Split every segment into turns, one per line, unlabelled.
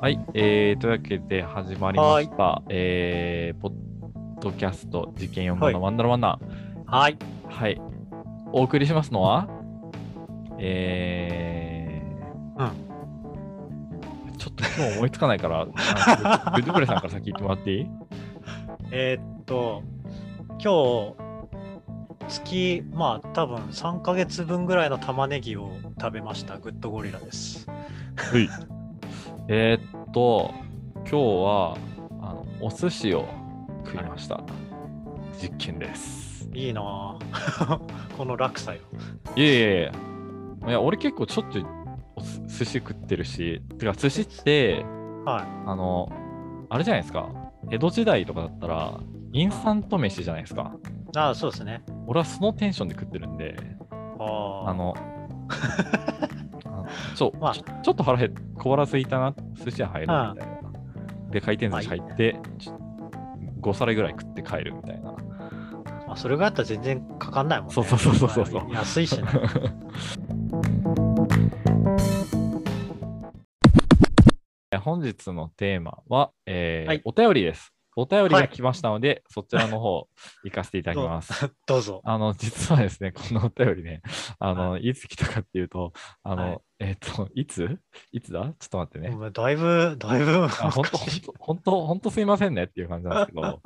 はい、えー、というわけで始まりました、えー、ポッドキャスト事件4号のワンダロワンダ
はい。
はい、お送りしますのは、えー、ちょっと今思いつかないから、あのグッドブレさんから先言ってもらっていい
えーっと、今日、月、まあ多分3ヶ月分ぐらいの玉ねぎを食べました、グッドゴリラです。
はい。えーっと、今日はあのお寿司を食いました。実験です。
いいなぁ この落差よ。
いやいやいや。いや、俺結構ちょっとお寿寿司食ってるし、てか寿司って、
は
あの、あれじゃないですか。江戸時代とかだったら、インスタント飯じゃないですか。
い。ああ、そうですね。
俺はそのテンションで食ってるんで、
ああ
あの、あのそう、
まあ
ちょちょっと腹減っ小腹空いたな、寿司屋入るみたいな。で、回転寿司入って、ちょ5皿ぐらい食って帰るみたいな。
まあ、それがあったら全然かかんないもんね。
そうそうそうそうそう
まあ安いしね。
え本日のテーマは、えー
はい
お便りです。お便り
は
が
い
来ましたので、そちらの方、 行かせていただきます。
どうぞ。
あの、実はですね、このお便りね、あの、い、つ来たかっていうと、あの、
はい
えっ、と、いついつだちょっと待ってね。
うんだいぶ、だいぶ、
あ本当、本当、本当、本当すいませんねっていう感じなんですけ ど、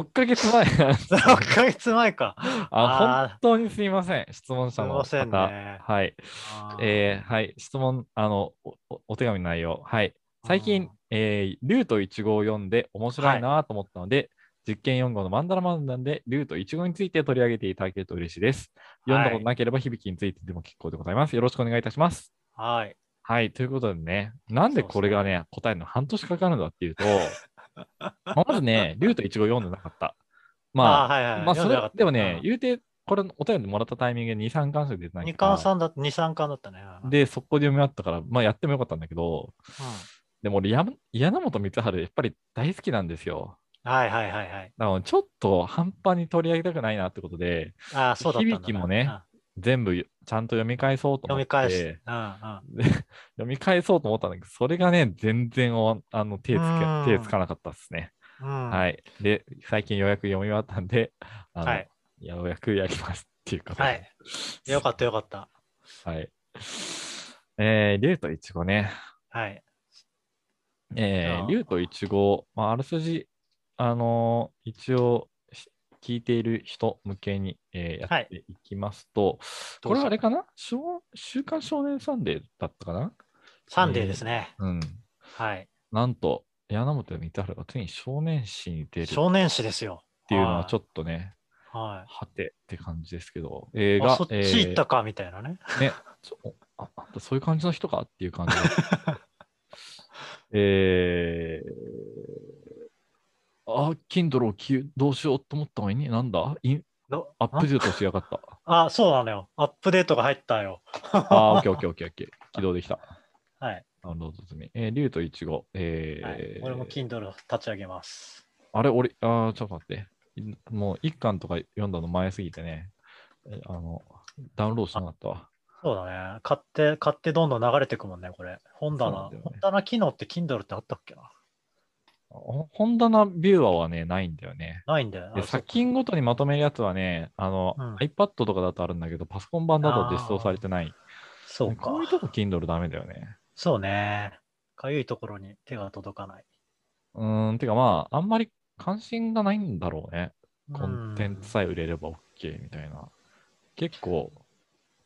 6ヶ月前、
6ヶ月前か。
あ
あー
本当にすいません、質問
す
者
い
の
ません
方。
ね。
はい、
あー
えーはい、質問、あの、おおお手紙の内容。はい、最近、えー、ルート1号を読んで面白いなと思ったので、実験4号のマンダラマンダンでルート1号について取り上げていただけると嬉しいです。読んだことなければ響きについてでも結構でございます。よろしくお願いいたします。
はい。
はい、ということでね、なんでこれがね、答えるの半年かかるんだって いうと、まあまずね、ルート1号読んでなかった。
あ
ま
ー、はい
あ、
はい。
まあ、それでもね、
うん
言うて、これお便りもらったタイミングで2、3巻しか出てない
二
から
巻三だ、二三巻だったね。うん、
で、速攻で読み終わったから、まあやってもよかったんだけど、
う
でも俺、やむ柳本光晴、やっぱり大好きなんですよ。
んはいはいはいはい。
だからちょっと半端に取り上げたくないなってことで、
ああ、そうだったんだな。
響きもね
うん
全部ちゃんと読み返そうと
読
思っ
み
て。
返して。うんうん。
で読み返そうと思ったんだけど、それがね、全然おあの手つけ
うん
手つかなかったですね、
うん、。
はいい。で、最近ようやく読み終わったんで、あの
はい
ようやくやりますっていうことで。
はい。よかったよかった。
はい。えー、竜とイチゴね。
はい。
え
あ
ー、
ー
竜とイチゴ、まあ、あらすじ、あのー一応、し聞いている人向けに、えーや
はい
っていきますと、
ど
こ
う
れ
ぞ
はあれかな週週刊少年サンデーだったかな
サンデーですね。
うん。
はい。
なんと、柳本光晴がついに少年誌に出るっ
少年誌ですよ。
ていうのはちょ
っ
っとね、
と。は
はてって感じですけど、映
い。
画
あ、そっち行ったかみたいなね。
えーね、ちょおああんたそういう感じの人かっていう感じだ えー、あ、Kindle をきどうしようと思ったのに、なんだイン
ど
アップデートしやがった。
あ、そうなのよ。アップデートが入ったよ。
あー、オッケーオッケーオッケーオッケー。起動できた。
はい。
ダウンロード済み。えー、竜とイチゴ。えー
はい、俺も Kindle を立ち上げます。
あれ、俺、あーちょっと待って。いもう一巻とか読んだの前すぎてね、えあの、ダウンロードしなかったわ。
そうだね。買って、買ってどんどん流れてくもんね、これ。本
そうなん
棚、
だよね
本棚機能って Kindle ってあったっけな
ほ本棚ビューアーはね、ないんだよね。
ないんだよ。
で
あそっ
作
か
品ごとにまとめるやつはね、あの、
うん
iPad とかだとあるんだけど、パソコン版だと実装されてない。
そうか
こういう。とこ Kindle ダメだよね。
そうね。かゆいところに手が届かない。
うーん、てかまあ、あんまり関心がないんだろうね。コンテンツ
うん
さえ売れれば OK みたいな。結構、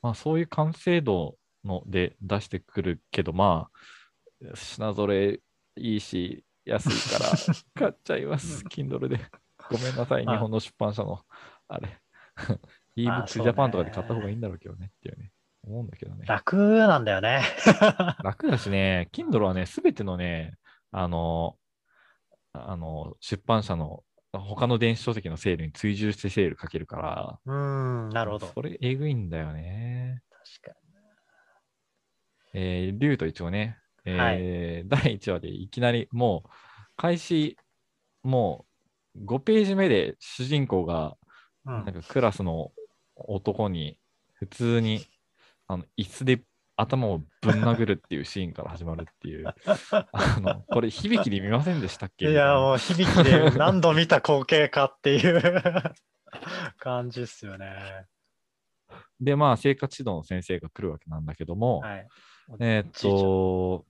まあそういう完成度ので出してくるけど、まあ、品揃えいいし、安い から買っちゃいます、Kindle で。ごめんなさい、
まあ
日本の出版社の、あれ。
ま あ
ebooks
そう
Japan
ね
とかで買った方がいいんだろうけどねっていうね、思うんだけどね。
楽なんだよね。
楽だしね、Kindle はね、すべてのね、あの、あの、出版社の他の電子書籍のセールに追従してセールかけるから、
うーん、なるほど。確
それ、えぐいんだよね。
か
えー、竜と一応ね、えー第1話でいきなりもう、開始、もう5ページ目で主人公が、
に。う
なん
ん、
かクラスの男に、普通に、あの、椅子で頭をぶん殴るっていうシーンから始まるっていう、あのこれ、響きで見ませんでしたっ
い
け
や、もう響きで何度見た光景かっていう 感じっすよね。
で、まあ、生活指導の先生が来るわけなんだけども、
はい。
えーっと、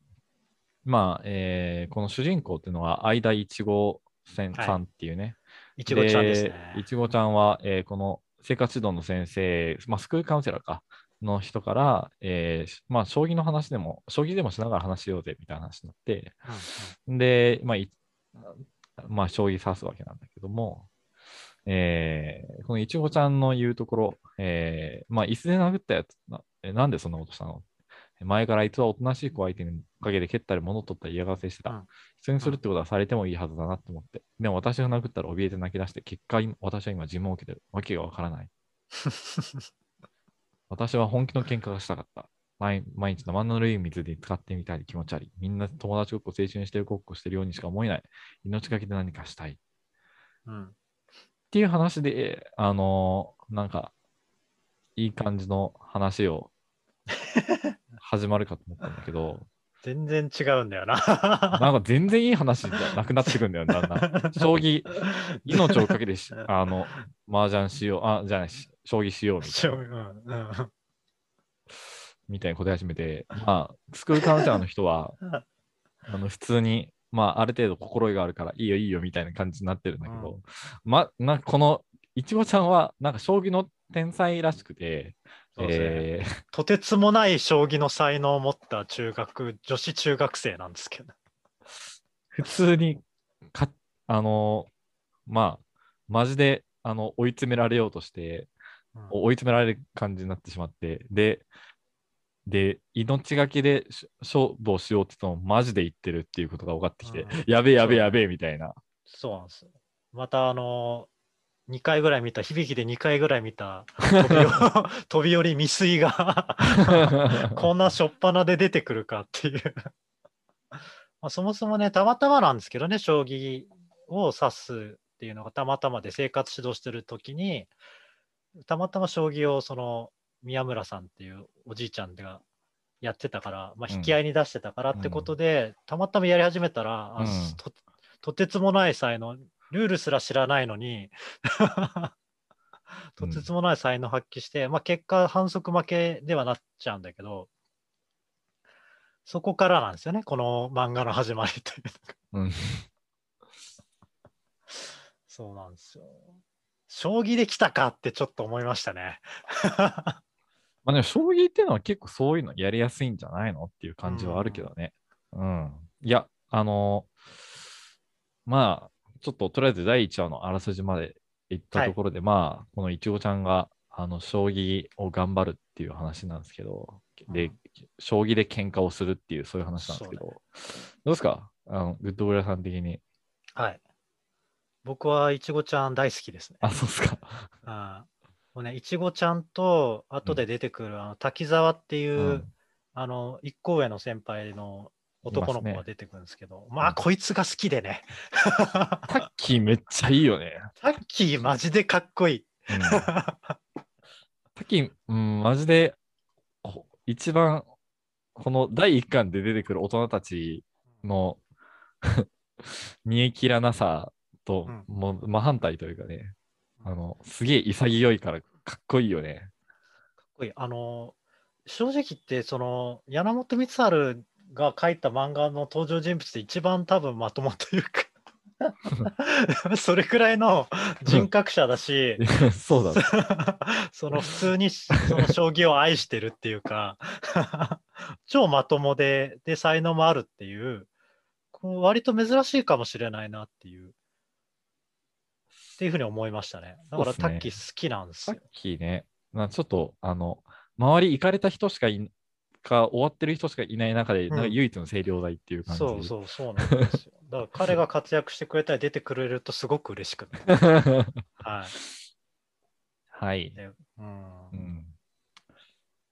まあ、えーこの主人公っていうのは、相田いちごせん
はい
さんっていうね、
いちごちゃんですね。
いちごちゃんは、えーこの生活指導の先生、まあ、スクールカウンセラーか、の人から、えーまあ、将棋の話でも、将棋でもしながら話しようぜみたいな話になって、
うんうん
で、まあ、いまあ、将棋指すわけなんだけども、えーこのいちごちゃんの言うところ、えーまあ、椅子で殴ったやつな、えなんでそんなことしたの前からあいつはおとなしい子相手に陰で蹴ったり物取ったり嫌がらせしてた。
うん
普通にするってことはされてもいいはずだなって思って。でも私が殴ったら怯えて泣き出して、結果今私は今尋問を受けてる。わけがわからない。私は本気の喧嘩がしたかった。毎毎日生ぬるい水で使ってみたい気持ちあり。みんな友達ごっこ、青春してるごっこしてるようにしか思えない。命がけで何かしたい。っ
うん
ていう話で、あのーなんか、いい感じの話を始まるかと思ったんだけど、
全然違うんだよな。
なんか全然いい話じゃなくなってくるんだよ、だんだん。将棋、 命をかけてしあの、麻雀しよう、あ、じゃない、し将棋しようみたいな
将棋うんうん
みたいに答え始め て、まあ、スクールカウンセラーの人は
うん、
あの普通に、まあ、ある程度心得があるから、いいよいいよみたいな感じになってるんだけど、
うん
ま、なんかこの、いちごちゃんは、なんか将棋の天才らしくて、
そうですね
えー
とてつもない将棋の才能を持った中学、女子中学生なんですけど。
普通にか、あの、まあ、マジで、あの、追い詰められようとして、
うん
追い詰められる感じになってしまって、で、で、命がけでし勝負をしようって言ったのをマジで言ってるっていうことが分かってきて、
うん
やべえやべえやべえみたい な。
そうなんですよ。またあの2回ぐらい見た、響きで2回ぐらい見た飛びよ飛び降り未遂が こんな初っ端で出てくるかっていう。 まあ、そもそもね、たまたまなんですけどね、将棋を指すっていうのがたまたまで生活指導してる時に、たまたま将棋をその宮村さんっていうおじいちゃんがやってたから、まあ、引き合いに出してたからってことで、たまたまやり始めたら、あ
うん
ととてつもない才能、ルールすら知らないのに、 とてつもない才能発揮して、まあ結果反則負けではなっちゃうんだけど、そこからなんですよね、この漫画の始まりというの
う
が
ん
そうなんですよ。将棋できたかってちょっと思いましたね。
まあでも将棋っていうのは結構そういうのやりやすいんじゃないのっていう感じはあるけどね。うん。いや、あのまあ、ちょっととりあえず第1話のあらすじまで行ったところで、まあ、このいちごちゃんが、あの、将棋を頑張るっていう話なんですけど、
う
で
ん、
将棋で喧嘩をするっていう、そういう話なんですけど、
そう
どうですかあの、グッドブラさん的に。
はい。僕はいちごちゃん大好きですね。
あ、そうですか。
あーもうね、いちごちゃんと、後で出てくる、あの滝沢っていう、
うん
あの、一行上の先輩の男の子が出てくるんですけど、ま
う
あ、
ん
こいつが好きでね。
タッキーめっちゃいいよね。
タッキーマジでかっこいい。
うん さっき、うん、マジで、こ一番、この第1巻で出てくる大人たちの 煮え切らなさと、
うん
もう真反対というかね、あの、すげえ潔いからかっこいいよね。
かっこいい。あの、正直言って、その、柳本光晴が書いた漫画の登場人物で一番多分まともという か、それくらいの人格者だし、
そうだ、ね、
その普通にその将棋を愛してるっていうか 超まともでで才能もあるっていうこう割と珍しいかもしれないなっていうっていうふうに思いましたねだから
そ
タ
うっす
ッ
ね
キー好きなんです
さ
よ
っきね、なちょっと、あの、周り行かれた人しかいか、終わってる人しかいない中で、
うん
なんか唯一の清涼剤っていう感じ。
そうそうそうなんですよだから彼が活躍してくれたり出てくれるとすごく嬉しくなるはい、
はい。
うん
うん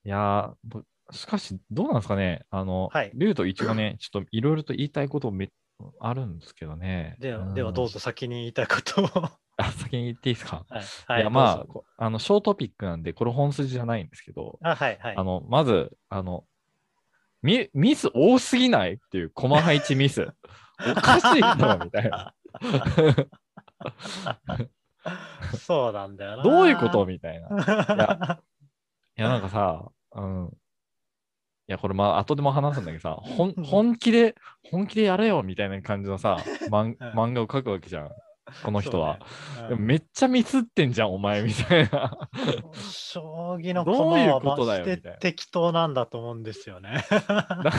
いやーぼしかし、どうなんですかね、あの、
はい
ルート一応ね、 ちょっといろいろと言いたいことめあるんですけどね。
で
ん
ではどう。ぞ先に言いたいことを
あ先に言っていいですか。
はい、
い、
はい、
や、ま
ど
あ
うぞ
こあの、小トピックなんで、これ本筋じゃないんですけど、
あはいはい
あのまずあの、ミミス多すぎないっていう、コマ配置ミス。おかしいだろ、みたい な。
そうなんだよな。
どういうことみたいな。い
や
やや、なんかさ、うん。いや、これまあ、後でも話すんだけど さ、ほん
うん
本気で、本気でやれよみたいな感じの さ、まん
うん
漫画を描くわけじゃん、この人は。
そうね。
で
うん
もめっちゃミスってんじゃん、お前、みたいな。
将棋の
どういう
駒
こ
は
と
ま
だよ
し
みた
て
いな
適当なんだと思うんですよね。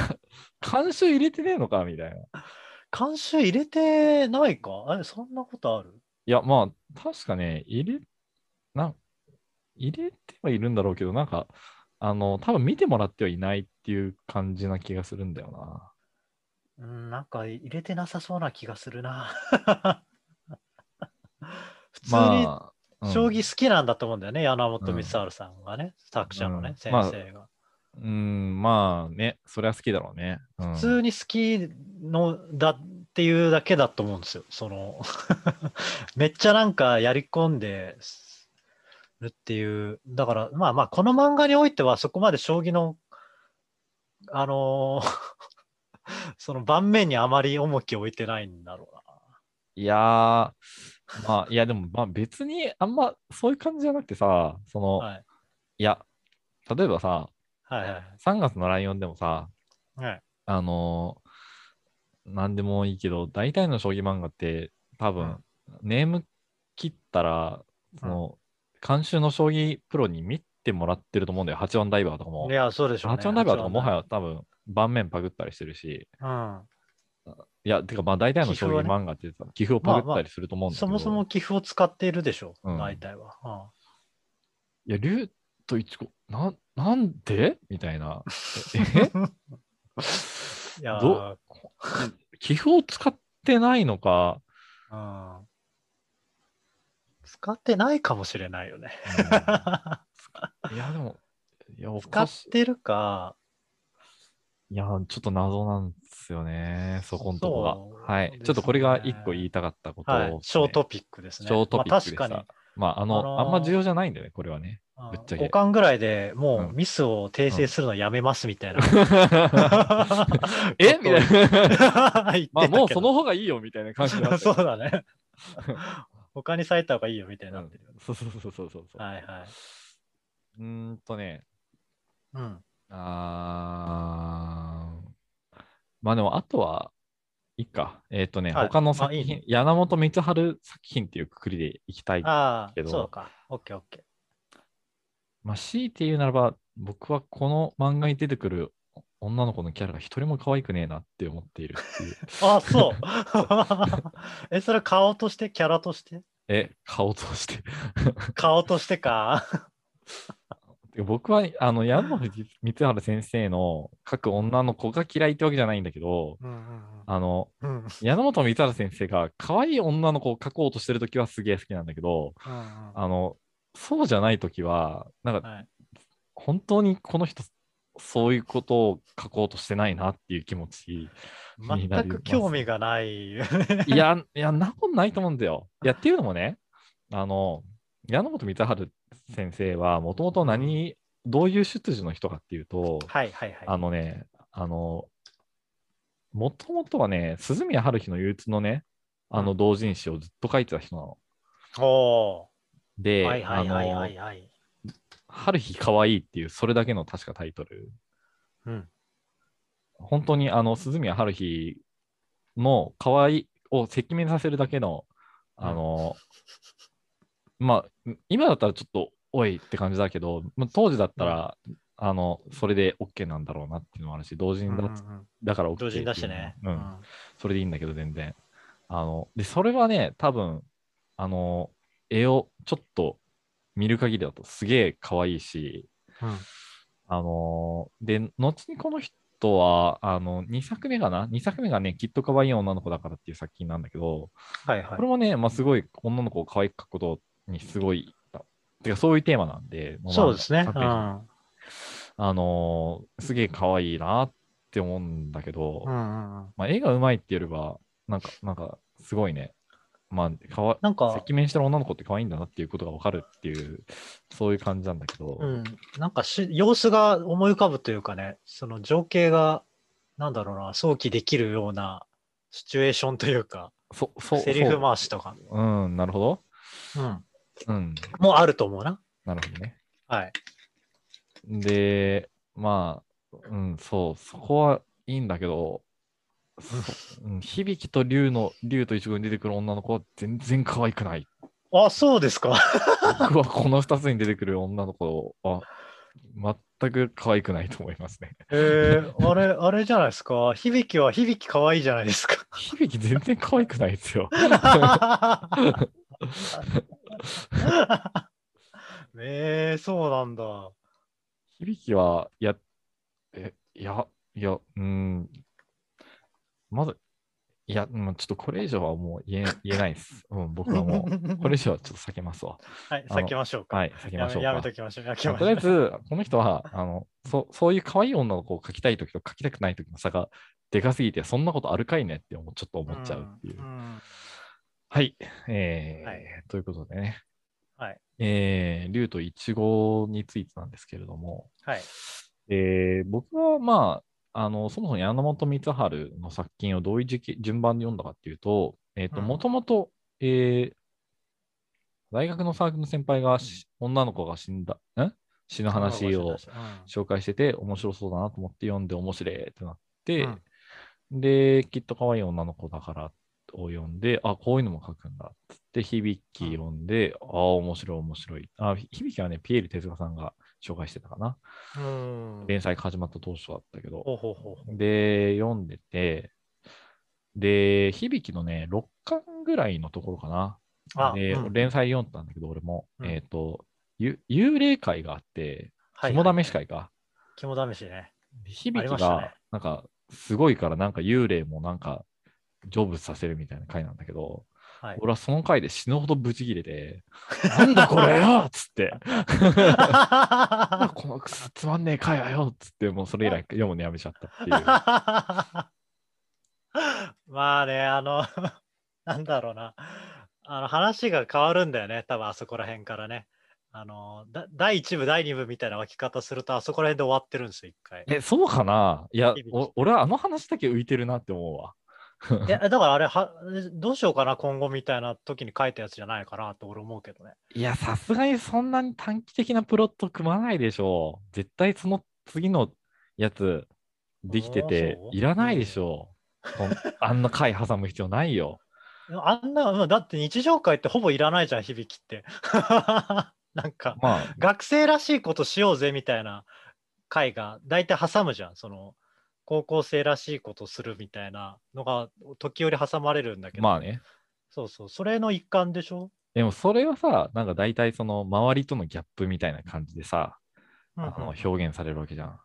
監修入れてねえのかみたいな。い
監修入れてないかあれ、そんなことある
や、まあ、確かね、入れ、なん、入れてはいるんだろうけど、なんか、あの、多分見てもらってはいないっていう感じな気がするんだよな。
うん、なんか入れてなさそうな気がするな。 普通に
まあ、うん
将棋好きなんだと思うんだよね、山本光晴さんがね、作者のね、
うん
先生が。
うん、まあね、それは好きだろうね。うん
普通に好きのだっていうだけだと思うんですよ。その めっちゃなんかやり込んでるっていう。だからまあまあこの漫画においてはそこまで将棋のあのー その盤面にあまり重きを置いてないんだろうな。
いやー、まあ、いや、でも、まあ別にあんまそういう感じじゃなくてさ、その、、
はいい
や、例えばさ、
はいはい
3月のライオンでもさ、
はい。はい
あのー、なんでもいいけど、大体の将棋漫画って、多分、ネーム切ったら、その、監修の将棋プロに見てもらってると思うんだよ、8番ダイバーとかも
い。や、そうでしょう、ね。
8番ダイバーとかもは
や。
や多分、盤面パグったりしてるし、
うん。
いや、てか、まあ、大体の
棋譜
将
は
棋
ね
漫画ってさ、棋譜をパグったりすると思うんだけ
そ
ど、
もそも寄付を使っているでしょう、
うん
大体は。う
い
ん
や、竜と一子、なん、なんでみたいな。え
いやー
ど棋譜を使ってないのか、
うん使ってないかもしれないよね。
いや、でも、いや、お
使
か
っ
しい。
てるか、
いや、ちょっと謎なんですよね、そこんとこ
そう
が。はい。
ですね
ちょっとこれが一個言いたかったことを、
はい、ショートピックですね。
ショートピックで
ま
さ
あ、確
まあ、あの、
あのー
あんま重要じゃないんだよね、これは ね。
か
ぶ
に
っちゃけ
5巻ぐらいでも
う
うんミスを訂正するのやめますみたいな。
えみたいな。
言ってたけど
まあ、もうその方がいいよ、みたいな感じに なって
そ
る
うだね。 他に咲いた方がいいよみたいになってるよね。
そうそうそうそうそう。
はいはい。
うーんとね、
うん。
あーまあでも、あとは、いいか。えっ、とね、
はい
他の作
あいい
品、
ね
山本光晴作品っていうくくりでいきたい。
あ
け
あ、
ど
そうか。オッケーオッケ
まあ、強いて言うならば、僕はこの漫画に出てくる女の子のキャラが一人も可愛くねえなって思っているって いう。
ー。ああ、そう。 え、それ顔としてキャラとして
え、顔として。
顔として か。
僕は、あの、山本光晴先生の書く女の子が嫌いってわけじゃないんだけど、
うんうん
あの、
うんうん
山本光晴先生が可愛い女の子を描こうとしてるときはすげえ好きなんだけど、
うんうん
あの、そうじゃないときは、なんか、
はい
本当にこの人、そういうことを書こうとしてないなっていう気持 ち。になり
全
ます
く興味がない。
いや、いや、なことないと思うんだよ。いや、っていうのもね、あの、山本光晴先生は、もともと何、どういう出自の人かっていうと、
はいはいはい。
あのね、あの、もともとはね、鈴宮春日の憂鬱のね、あの同人誌をずっと書いてた人なの。
お
で、
ーはいはいはいは
あの
いはい。
春日かわいいっていう、それだけの確かタイトル。
うん
本当にあの鈴宮春日の可愛いを赤面させるだけの、あの、まあ、今だったらちょっと、おいって感じだけど、まあ、当時だったら、あの、それで OK なんだろうなっていうのもあるし、同人だ,、
うんうんうん
だから OK
同人だしね
っ。ていうのはうん。それでいいんだけど、全然。あの、で、それはね、多分、あの、絵をちょっと見る限りだとすげえ可愛いし、
うん
あのーで、後にこの人は、あの、2作目かな ?2 作目がね、きっと可愛い女の子だからっていう作品なんだけど、
はいは
これもね、まあ、すごい女の子を可愛く描くことにすごい、てかそういうテーマなんで、
い。そうですね。
まあ
う
まあ
ん。
あのーすげえ可愛いなって思うんだけど、
うんうんうん
まあ、絵がうまいっていうよりは、なんか、なんか、すごいね、まあ、かわ
なんか、
赤面してる女の子って可愛いんだなっていうことが分かるっていう、そういう感じなんだけど、
うん、なんかし様子が思い浮かぶというかね、その情景が、なんだろうな、想起できるようなシチュエーションというか、
そそう
セリフ回しとか、
そううん、なるほど。
うん、
うん、
もうあると思うな。
なるほどね。
はい。
で、まあ、うん、そう、そこはいいんだけど、そうん、響と竜の、竜と一軍に出てくる女の子は全然可愛くない。
あ、そうで すか。
僕はこの2つに出てくる女の子は、全く可愛くないと思いますね。
えー、あれ、あれじゃないですか。響きは響き可愛いじゃないですか。
響全然可愛くないですよ。
えー、そうなんだ。
響きは、いや、え、いや、いや、うん、まず、いや、うんちょっとこれ以上はもう言え言えないです。うん、僕はも う、これ以上はちょっと避けますわ。
はい、
あの
避けましょうか。
はい、避け
や
ましょう
めや
か
め。ときましょう。やめとき
ま
ま
あ
し
と
ょ
りあえ
う
ず、この人は、あのそそういう可愛い女の子を描きたいときと描きたくないときの差がでかすぎて、そんなことあるかいねって思うちょっと思っちゃうっていう。
んん
はい、えー
はい
ということでね、
はい。
えー、竜とイチゴについてなんですけれども、
はい。
えー僕はまあ、あのそもそも山本光晴の作品をどういう時期順番で読んだかっていうと、えっ、と、
うん
もともと、えー大学のサークルの先輩がし女の子が死んだ、ん死ぬ話を紹介してて面白そうだなと思って読んで面白いってなって、できっと可愛い女の子だからを読んであこういうのも書くんだっつって響き読んで、ああ面白い面白いあひ響きはねピエール手塚さんが紹介してたかな
うん。うん
連載が始まった当初だったけど
ほうほうほうほ
で読んでてで響きのね6巻ぐらいのところかな
う。あ、
で、
うん
連載読んだんだけど俺も、
うん
えっ、とゆ幽霊会があって
はい
肝試し会か、
肝試 しね。あ
響
り
き
ましたね
がなんかすごいからなんか幽霊もなんか成仏させるみたいな回なんだけど、
はい。
俺はその回で死ぬほどブチギレ て「なんだこれよ!」っつって 「なんだこのくそつまんねえ回はよ!」っつってもうそれ以来読むのやめちゃったっていう。
まあね、あの、なんだろうな。あの話が変わるんだよね、多分あそこら辺からね。あの、だ第1部、第2部みたいな分け方すると、あそこら辺で終わってるんですよ、一回。
えそうかないや
響き
お俺はあの話だけ浮いてるなって思うわ。
いや、だからあれは、どうしようかな、今後みたいな時に書いたやつじゃないかなと俺思うけどね。
いやさすがにそんなに短期的なプロット組まないでしょう。絶対その次のやつできてて
あーそう
いらないでしょう。そんあんな回挟む必要ない よ。
あんな、うんだって日常会ってほぼいらないじゃん、響きって。 なんか、
まあ、
学生らしいことしようぜみたいな会が大体挟むじゃん、その、高校生らしいことするみたいなのが時折挟まれるんだけど、
まあね。
そうそう、それの一環でしょ、
でもそれはさ、なんか大体その周りとのギャップみたいな感じでさ、
うんう
あ
ん
の表現されるわけじゃん。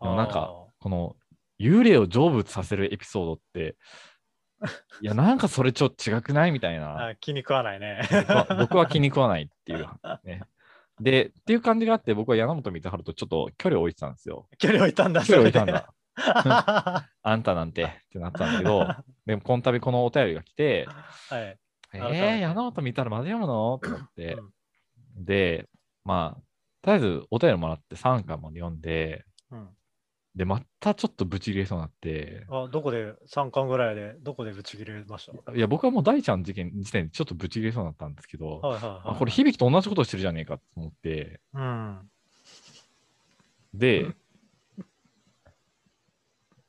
でもなんか、
あ
この幽霊を成仏させるエピソードって、いや、なんかそれちょっと違くないみたい
ー
な。
あ気に食わないね。
僕は僕は気に食わないっていう、ね。で、っていう感じがあって、僕は柳本光晴とちょっと距離を置いてたんですよ。
距離置いたんだ、
距離を置いたんだ。
それで は
あんたなんてってなったんだけ ど、でもこの度このお便りが来て、
い。
え
改め
ー、
て
柳本見たらまで読むのと思って
う、ん
で、まあ、とりあえずお便りもらって3巻まで読んで、
うん
で、またちょっとブチ切れそうになって、
あどこで3巻ぐらいでどこでぶち切れまし
いや、僕はもう大ちゃんの事件時点でちょっとブチ切れそうになったんですけど、
たはいはい、は
あ
い、
これ、響と同じことしてるじゃねえかと思って、
うん、
で
うん、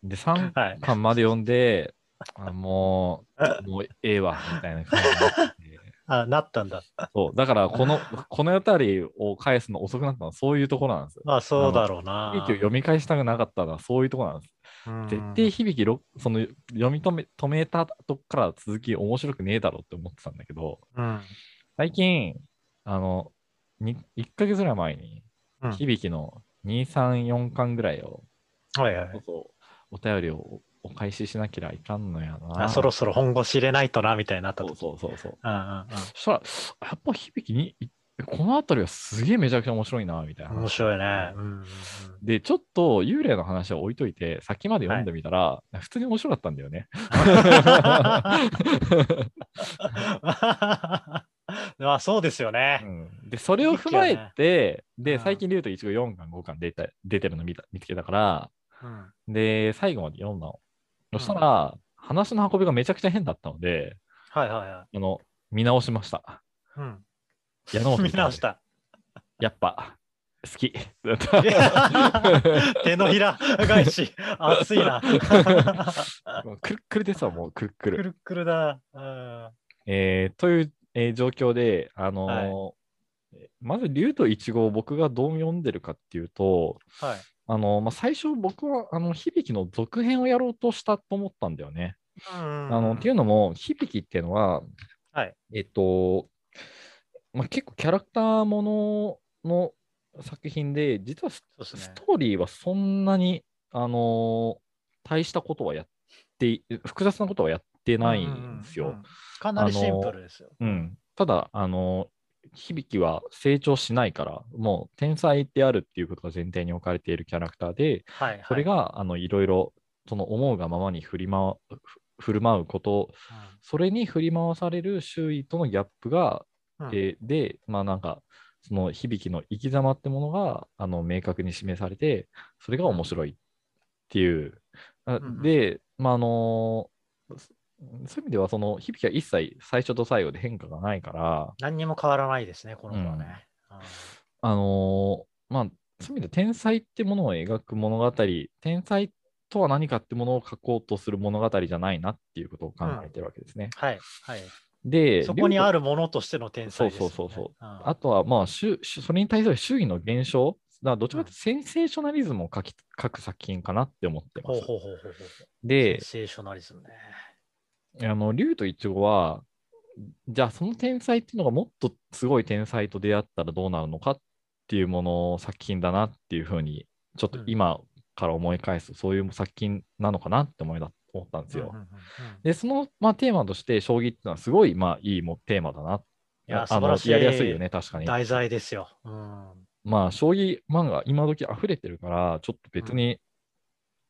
で、3
はい。
巻まで読んで、あもう、もうええわ、みたいな感じになって。
あ、なったんだ。
そう、だからこの、この辺りを返すの遅くなったのはそういうところなんですよ。
まあそうだろうな。
響きを読み返したくなかったのはそういうところなんです。
うん
絶対響きろ、その読み止め止めたとこから続き面白くねえだろうって思ってたんだけど、
うん。
最近、あの、に1ヶ月ぐらい前に
うん、
響きの2、3、4巻ぐらいを、
はいはい。
お便りをお返ししなきゃいかんのやな。
あそろそろ本腰入れないとな、みたいになった
そ
と
う。そうそうそう。
うんうんうん
そしたら、やっぱ響きにこの辺りはすげえめちゃくちゃ面白いな、みたいな。
面白いね。うんうんうん
で、ちょっと幽霊の話は置いといて、さっきまで読んでみたら、普通に面白かったんだよね。
まあそうですよ
う
ね。
んで、それを踏まえて、で、最近で言うと1号4巻、5巻出た出てるの見た見つけたから、
うん
で、最後まで読んだの。
う
そ
ん
したら、話の運びがめちゃくちゃ変だったので、
はいはいは
あの、見直しました。
い。うん
矢野
見直した。
やっぱ、好き。
いや手のひら返し、熱いな。
もうくるっくるですわ、もうくるっく
く
る。
るっくるだ。うん
えーという、えー状況で、あのーえまず、竜とイチゴを僕がどう読んでるかっていうと、
はい。
あのーまあ、最初僕は、あの、響の続編をやろうとしたと思ったんだよね。あ
あ
のっていうのも、響っていうのは、
はい
えっと、まあ、結構キャラクターものの作品で、実はス,、
そうですね
トーリーはそんなに、あのー大したことはやって、複雑なことはやってないんですよ。
うううかなりシンプルですよ。
うんただ、あのー響は成長しないから、もう天才であるっていうことが前提に置かれているキャラクターで、
はいはい。
それが、あのいろいろその思うがままに振りまふ振る舞うことそれに振り回される周囲とのギャップが、
うん、うん
えーで、まあなんか、その響きの生き様ってものがあの明確に示されて、それが面白いっていう。あ
んうん
で、まああのーそそういう意味では、その響きは一切最初と最後で変化がないから、
何にも変わらないですね、この子はね。うん
あのーまあ、そういう意味で天才ってものを描く物語、天才とは何かってものを書こうとする物語じゃないなっていうことを考えてるわけですね。
はいはい。
で、
そこにあ
る
るものとしての天才ですよね。
そうそうそう
うん。
あとは、まあ、周周それに対する周囲の現象、だからどっちかというとセンセーショナリズムを書き書く作品かなって思ってま
ほう
す。
ほうほうほうほう。セ
で
ン、セーショナリズムね。
あの竜とイチゴは、じゃあその天才っていうのがもっとすごい天才と出会ったらどうなるのかっていうもの作品だなっていうふうに、ちょっと今から思い返すと、そういう作品なのかなって思いだ思ったんですよ。
うんうんうんうん
で、その、まあ、テーマとして、将棋っていうのはすごい、まあ、いいもテーマだな。
いや
あ
素晴らしい
あのやりやすいよね、確かに。
題材ですよ。うん。
まあ、将棋漫画、今時溢れてるから、ちょっと別に、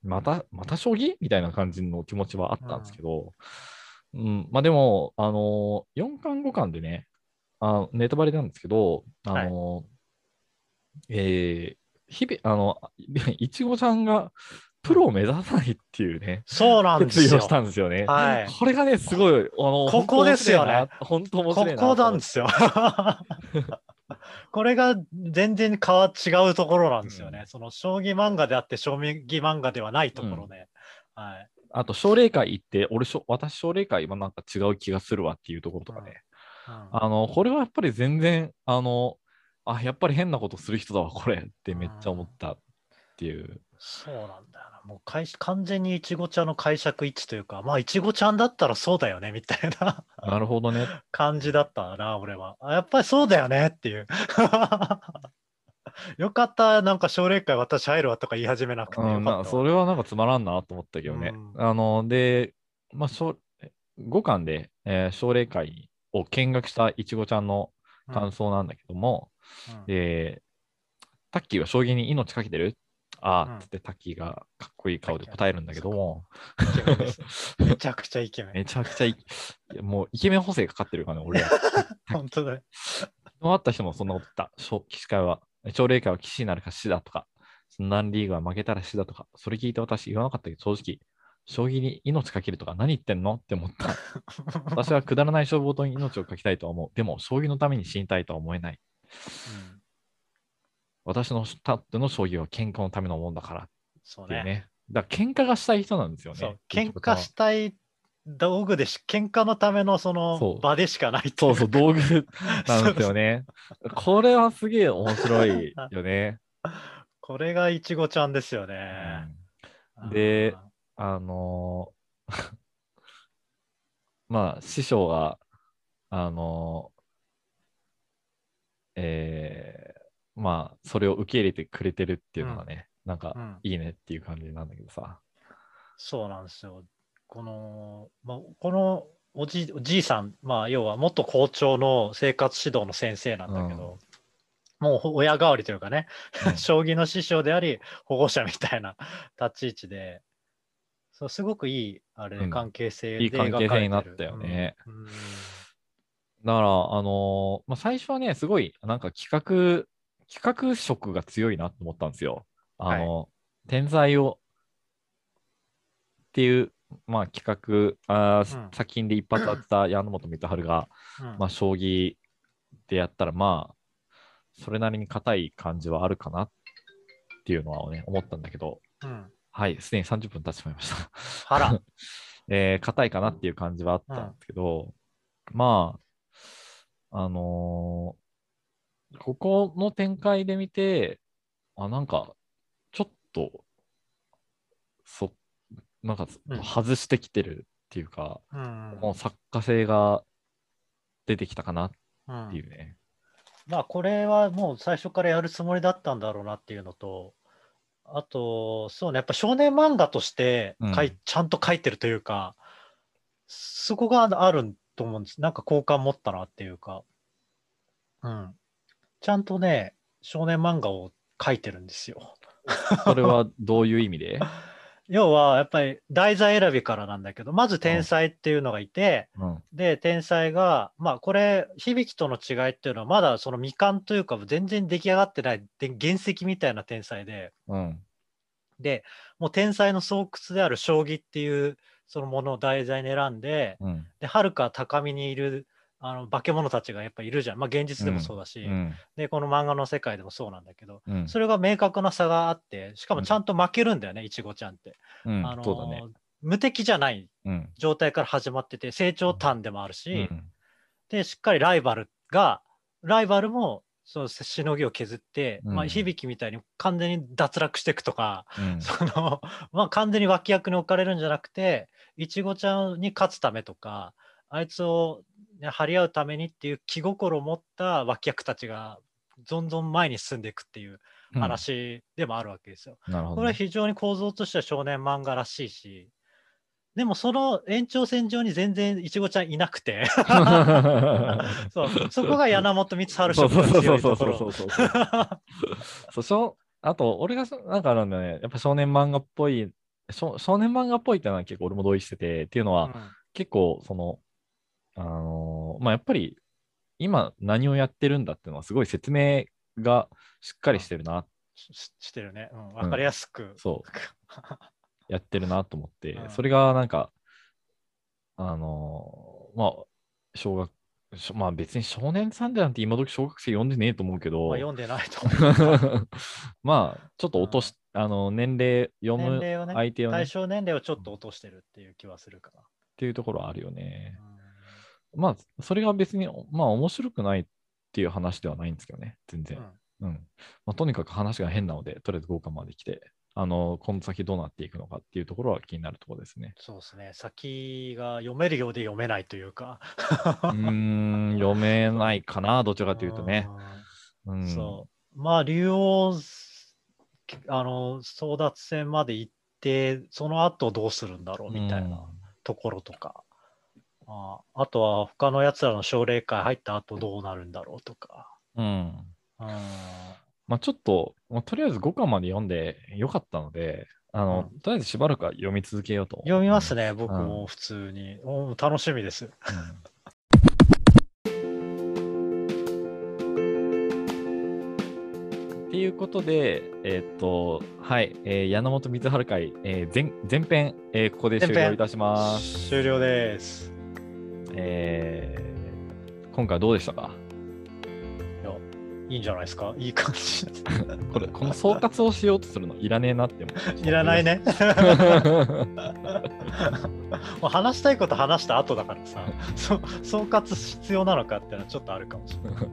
また、また将棋みたいな感じの気持ちはあったんですけど、うん、まあでも、あのー、4巻5巻でね、あネタバレなんですけど、あのー、えー、日々、あの、 いちごちゃんがプロを目指さないっていうね、
そうなんで
決意
す
を
よ
し。たんですよね。
はい。
これがね、すごい、あの、
ここですよね
本当面
こ
白いな。
こ
本当面白いなと
な
思
ん
っ
で
て。
すよ。 これが全然変わ違うところなんですよね。
う
その将棋漫画であって将棋漫画ではないところで。はい。
あと、奨励会行って、俺しょ、私、奨励会はなんか違う気がするわっていうところとかね。
うん
あの、これはやっぱり全然、あの、あ、やっぱり変なことする人だわ、これってめっちゃ思ったっていう。
そうなんだよな。もうかい完全にいちごちゃんの解釈一致というか、まあいちごちゃんだったらそうだよねみたいな
なるほ どね。
感じだったな、俺は。あやっぱりそうだよねっていう。 よかった、なんか奨励会私入るわとか言い始めなくて
う
よかっ
ん、
た
な
わ。
それはなんかつまらんなと思ったけどね。
うん
あの、で、まあ、しょ5巻で、えー奨励会を見学したいちごちゃんの感想なんだけども、
うんうん
で、タッキーは将棋に命かけてるああ、
うん
つってタッキーがかっこいい顔で答えるんだけども、
イケメンですめちゃくちゃイケメン。
めちゃくちゃい、いやもうイケメン補正がかかってるからね、俺ら。
本当だよ。
昨日会った人もそんなこと言った。将棋士会は、奨励会は棋士になるか死だとか、その何リーグは負けたら死だとか、それ聞いて私言わなかったけど、正直、将棋に命かけるとか何言ってんのって思った。 私はくだらない勝負事に命をかけたいとは思う。でも、将棋のために死にたいとは思えない。
うん
私のたっての将棋は喧嘩のためのもんだから。
そう
っていう
ね。
ね。だから喧嘩がしたい人なんですよね。
そう
ってい
喧
うことは
嘩したい道具でし、喧嘩のためのそ
そ
の
う
場でしかないってい
そう そう、道具なんですよね。これはすげえ面白いよ ね。
これがいちごちゃんですよ
う
ね。
んであのー まあ、師匠が、あのーえーまあ、それを受け入れてくれてるっていうのがね、なん
う
か、
ん、
いいねっていう感じなんだけどさ。
そうなんですよ。この、まあ、このおじおじいさん、まあ、要は元校長の生活指導の先生なんだけど、もうほ親代わりというかね、
うん
将棋の師匠であり、保護者みたいな立ち位置で、そうすごくいいあれ、
うん
関係性
い
で
い関
描か
係
れてる
性になったよね。
うんうん
だから、あのーまあ、最初はね、すごい、なんか企画、企画色が強いなと思ったんですよ。あの、天才を、っていう、まあ、企画、あー
うん
作品で一発当て た山本光晴が、
うん
まあ、将棋でやったら、まあ、それなりに硬い感じはあるかなっていうのはね、思ったんだけど、
うん
はい、すでに30分経ってしまいました。
あら、
えー硬いかなっていう感じはあったんですけど、まあ、あのーここの展開で見て、あ、なんか、ちょっと、そ、なんか
うん、
外してきてるっていうか、
うん
もう作家性が出てきたかなっ
うん
ていうね。
まあこれはもう最初からやるつもりだったんだろうなっていうのと、あと、そうね、やっぱ少年漫画としてかい、
うん
ちゃんと書いてるというか、そこがあると思うんです。なんか好感持ったなっていうか、うん。ちゃんとね、少年漫画を書いてるんですよ。
それはどういう意味で
要はやっぱり題材選びからなんだけど、まず天才っていうのがいて、
うん。
で、天才が、まあ、これ、響きとの違いっていうのは、まだその未完というか、全然出来上がってないで原石みたいな天才で、
うん。
で、もう天才の巣窟である将棋っていう、そのものを題材に選んで、
うん。
で、はるか高みにいる、あの、化け物たちがやっぱいるじゃん。まあ、現実でもそうだし、
うん。
で、この漫画の世界でもそうなんだけど、
うん。
それが明確な差があって、しかもちゃんと負けるんだよね、いちごちゃんって。
うん
あの
そうだね。
無敵じゃない
うん。
状態から始まってて、成長端でもあるし、
うん
で、しっかりライバルが、ライバルも、そのしのぎを削って、
うん
まあ、響きみたいに完全に脱落していくとか、
うん
その、まあ、完全に脇役に置かれるんじゃなくて、いちごちゃんに勝つためとか、あいつを、ね、張り合うためにっていう気心を持った脇役たちが、どんどん前に進んでいくっていう
うん
話でもあるわけですよ。
なるほ
こ
ど
れは
ね。
非常に構造としては少年漫画らしいし、でもその延長線上に全然いちごちゃんいなくて、 そうそこが柳本光晴
そう
色
そう
の
そ
強
う
い
そう
とこ
そうそう。
ろ
そうそう。そうそうあと、俺がそなんかあるんだね、やっぱ少年漫画っぽい、少少年漫画っぽいっていうのは結構俺も同意してて、っていうのは、結構、その、あのーまあ、やっぱり、今何をやってるんだっていうのは、すごい説明がしっかりしてるな、
ししてるね。うん、わかりやすく。
そう、 やってるなと思って、
うん
それがなんか、あのーまあ、小学、しょまあ別に少年さんでなんて今時小学生読んでねえと思うけど、
まあ、読んでないと思う。
まあ、ちょっと落とし、あの、年齢読
年
む
齢をね、
相手をね、
対
っ
象年齢をちょっと落としてるっていう気はするか
ていうところはあるよね
な。。
まあ、それが別に、まあ、面白くないっていう話ではないんですけどね、全
う
然
ん。。
うん。まあ、とにかく話が変なので、とりあえず豪華まで来て、あの、この先どうなっていくのかっていうところは気になるところですね
そうですね。先が読めるようで読めないというか。
うーん、読めないかな、どちらかというとね。
うん
うん。
そう。まあ、竜王、あの、争奪戦まで行って、その後どうするんだろうみたいなところとか。ああとは、他の奴らの奨励会入った後どうなるんだろうとか。
うん。うん。
うん。
まあ、ちょっと、まあ、とりあえず5巻まで読んでよかったので、あの、とりあえずしばらくは読み続けようと。
読みます
ね。
ね、僕も普通に。おー楽しみです。
うんっていうことで、えーっと、はい、えー、柳本光晴会、えー前、前編、えーここで終了
前編
いたします。
終了です。
えー今回どうでしたか
いいんじゃないですかいい感 じ。
これ、この総括をしようとするのいらねえなって思う。
いらない。 ね。
う
もう話したいこと話した後だからさ、そ総括必要なのかっていうのはちょっとあるかもしれない。